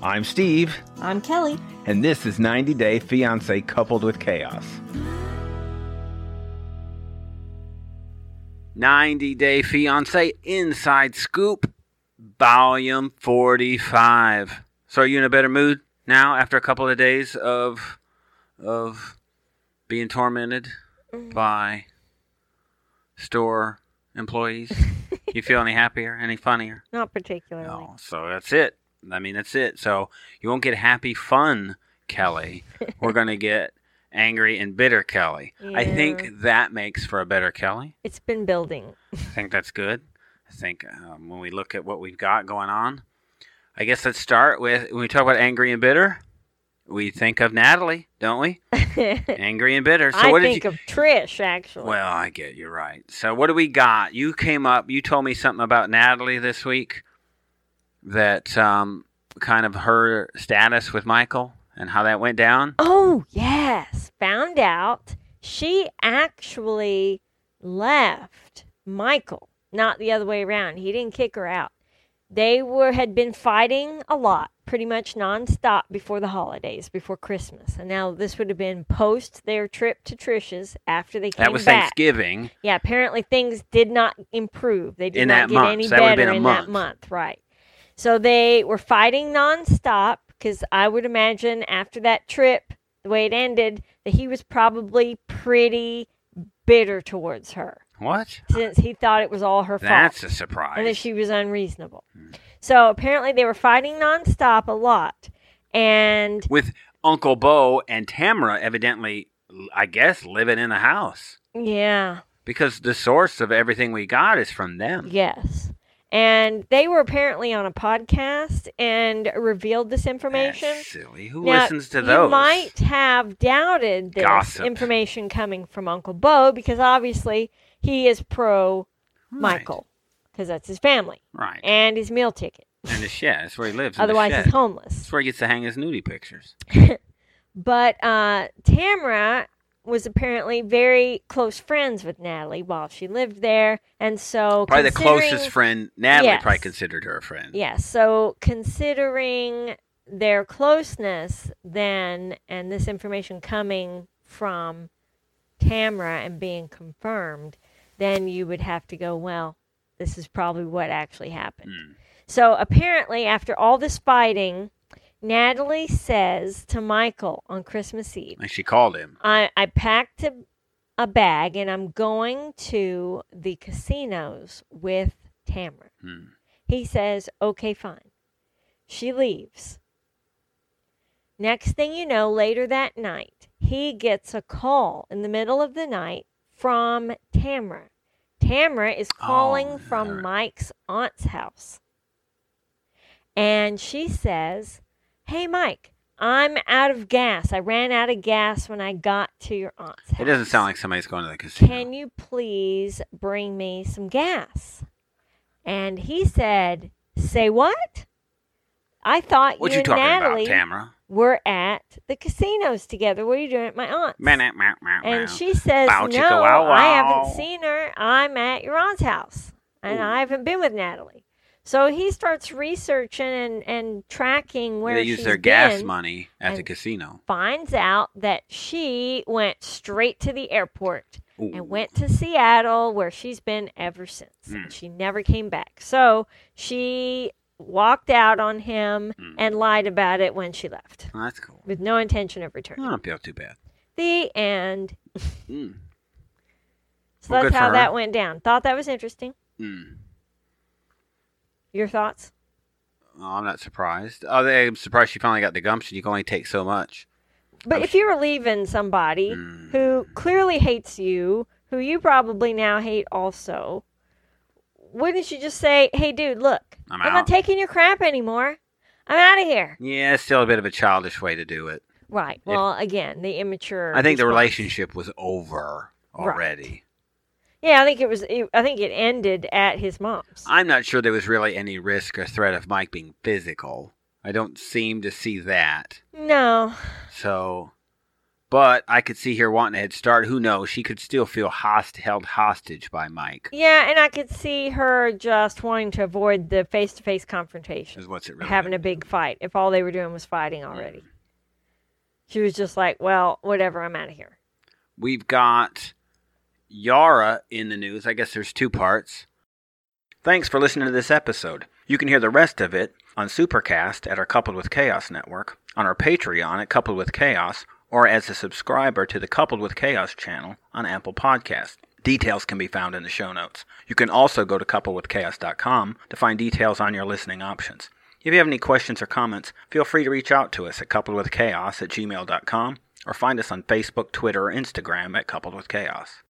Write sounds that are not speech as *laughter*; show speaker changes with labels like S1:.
S1: I'm Steve,
S2: I'm Kelly.
S1: and this is 90 Day Fiance Coupled with Chaos. 90 Day Fiance Inside Scoop, Volume 45. So, are you in a better mood now after a couple of days of of being tormented by store employees? you feel any happier, any funnier?
S2: Not particularly.
S1: No, so that's it. I mean, that's it. So you won't get happy fun,
S2: *laughs*
S1: Kelly. We're going to get angry and bitter, Kelly. I
S2: Yeah.
S1: think that makes for a better Kelly.
S2: It's been building.
S1: I think that's good. I think um, when we look at what we've got going on, I guess let's start with when we talk about angry and bitter, we think of Natalie, don't
S2: *laughs*
S1: we?
S2: I
S1: Angry and bitter. So what did you?
S2: think of Trish, actually.
S1: Well, I get you right. So what do we got? You came up. You told me something about Natalie this week that um, kind of her status with Michael and how that went down.
S2: oh, yes. Found out she actually left Michael, not the other way around. He didn't kick her out. They were had been fighting a lot, pretty much nonstop before the holidays, before Christmas. And now this would have been post their trip to Trish's after they came
S1: That was
S2: back.
S1: Thanksgiving.
S2: Yeah, apparently things did not improve. They did
S1: In that
S2: not get
S1: month.
S2: any
S1: So that would've
S2: better
S1: been a
S2: in that
S1: month.
S2: month, right? So they were fighting nonstop because I would imagine after that trip, the way it ended, that he was probably pretty bitter towards her
S1: What?
S2: since he thought it was all her fault
S1: That's Hmm. a surprise.
S2: and that she was unreasonable. So apparently they were fighting nonstop a lot, and
S1: with Uncle Bo and Tamara evidently, I guess, living in the house
S2: yeah,
S1: because the source of everything we got is from them.
S2: Yes. And they were apparently on a podcast and revealed this
S1: That's
S2: information.
S1: silly. Who
S2: Now,
S1: listens to those?
S2: You might have doubted this
S1: Gossip.
S2: information coming from Uncle Bo because obviously he is pro
S1: Right.
S2: Michael because that's his family
S1: Right. And,
S2: and his meal ticket.
S1: the shed. That's where he lives. in the
S2: Otherwise,
S1: shed.
S2: he's homeless.
S1: That's where he gets to hang his nudie pictures.
S2: But uh, Tamara was apparently very close friends with Natalie while she lived there. And so,
S1: Probably the
S2: considering-
S1: closest friend. Natalie
S2: Yes.
S1: probably considered her a friend.
S2: Yes. so considering their closeness then and this information coming from Tamara and being confirmed, then you would have to go, well, this is probably what actually happened.
S1: Hmm.
S2: So apparently after all this fighting, Natalie says to Michael on Christmas Eve,
S1: And she called him.
S2: I, I packed a, a bag and I'm going to the casinos with Tamara.
S1: Hmm.
S2: He says, okay, fine. She leaves. Next thing you know, later that night, he gets a call in the middle of the night from Tamara. Tamara is
S1: Oh,
S2: calling
S1: all
S2: from
S1: right.
S2: Mike's aunt's house. And she says, Hey, Mike, I'm out of gas. I ran out of gas when I got to your aunt's house.
S1: It doesn't sound like somebody's going to the casino.
S2: Can you please bring me some gas? And he said, Say what? I thought
S1: what
S2: you,
S1: you
S2: and
S1: talking
S2: Natalie
S1: about, Tamara?
S2: were at the casinos together. What are you doing at my aunt's?
S1: Man, man, man, man.
S2: and she says,
S1: Bow
S2: No,
S1: chicka wow
S2: I
S1: wow."
S2: haven't seen her. I'm at your aunt's house. And
S1: Ooh.
S2: I haven't been with Natalie. So he starts researching and, and tracking where
S1: they use
S2: she's
S1: their gas
S2: been,
S1: money at the
S2: and-
S1: casino.
S2: Finds out that she went straight to the airport
S1: Ooh.
S2: and went to Seattle where she's been ever since.
S1: Hmm.
S2: She never came back. So she walked out on him
S1: Hmm.
S2: and lied about it when she left
S1: Oh, that's cool.
S2: with no intention of
S1: I
S2: returning.
S1: don't feel too bad.
S2: The end.
S1: Mm.
S2: So
S1: Well,
S2: that's
S1: good for
S2: how
S1: her.
S2: that went down. Thought that was interesting.
S1: Mm.
S2: Your thoughts?
S1: Oh, I'm not surprised. Oh, they, I'm surprised she finally got the gumption. You can only take so much.
S2: But
S1: I'm
S2: if you were leaving somebody
S1: Mm.
S2: who clearly hates you, who you probably now hate also, wouldn't you just say, hey, dude, look,
S1: I'm
S2: not
S1: out."
S2: taking your crap anymore. I'm out of here.
S1: Yeah, it's still a bit of a childish way to do it.
S2: Right.
S1: Yeah.
S2: Well, again, the immature.
S1: I think the
S2: response.
S1: relationship was over
S2: Right.
S1: already.
S2: Yeah, I think it was. It, I think it ended at his mom's.
S1: I'm not sure there was really any risk or threat of Mike being physical. I don't seem to see that.
S2: no,
S1: So, But I could see her wanting a head start. Who knows? She could still feel host- held hostage by Mike.
S2: Yeah, and I could see her just wanting to avoid the face to face confrontation,
S1: Is what's it really? Mm.
S2: having a big fight, if all they were doing was fighting already. She was just like, well, whatever, I'm out of here.
S1: We've got Yara in the news. I guess there's two parts. Thanks for listening to this episode. You can hear the rest of it on Supercast at our Coupled with Chaos network, on our Patreon at Coupled with Chaos, or as a subscriber to the Coupled with Chaos channel on Apple Podcasts. Details can be found in the show notes. You can also go to coupledwithchaos.com to find details on your listening options. If you have any questions or comments, feel free to reach out to us at coupledwithchaos at gmail.com or find us on Facebook, Twitter, or Instagram at Coupled with Chaos.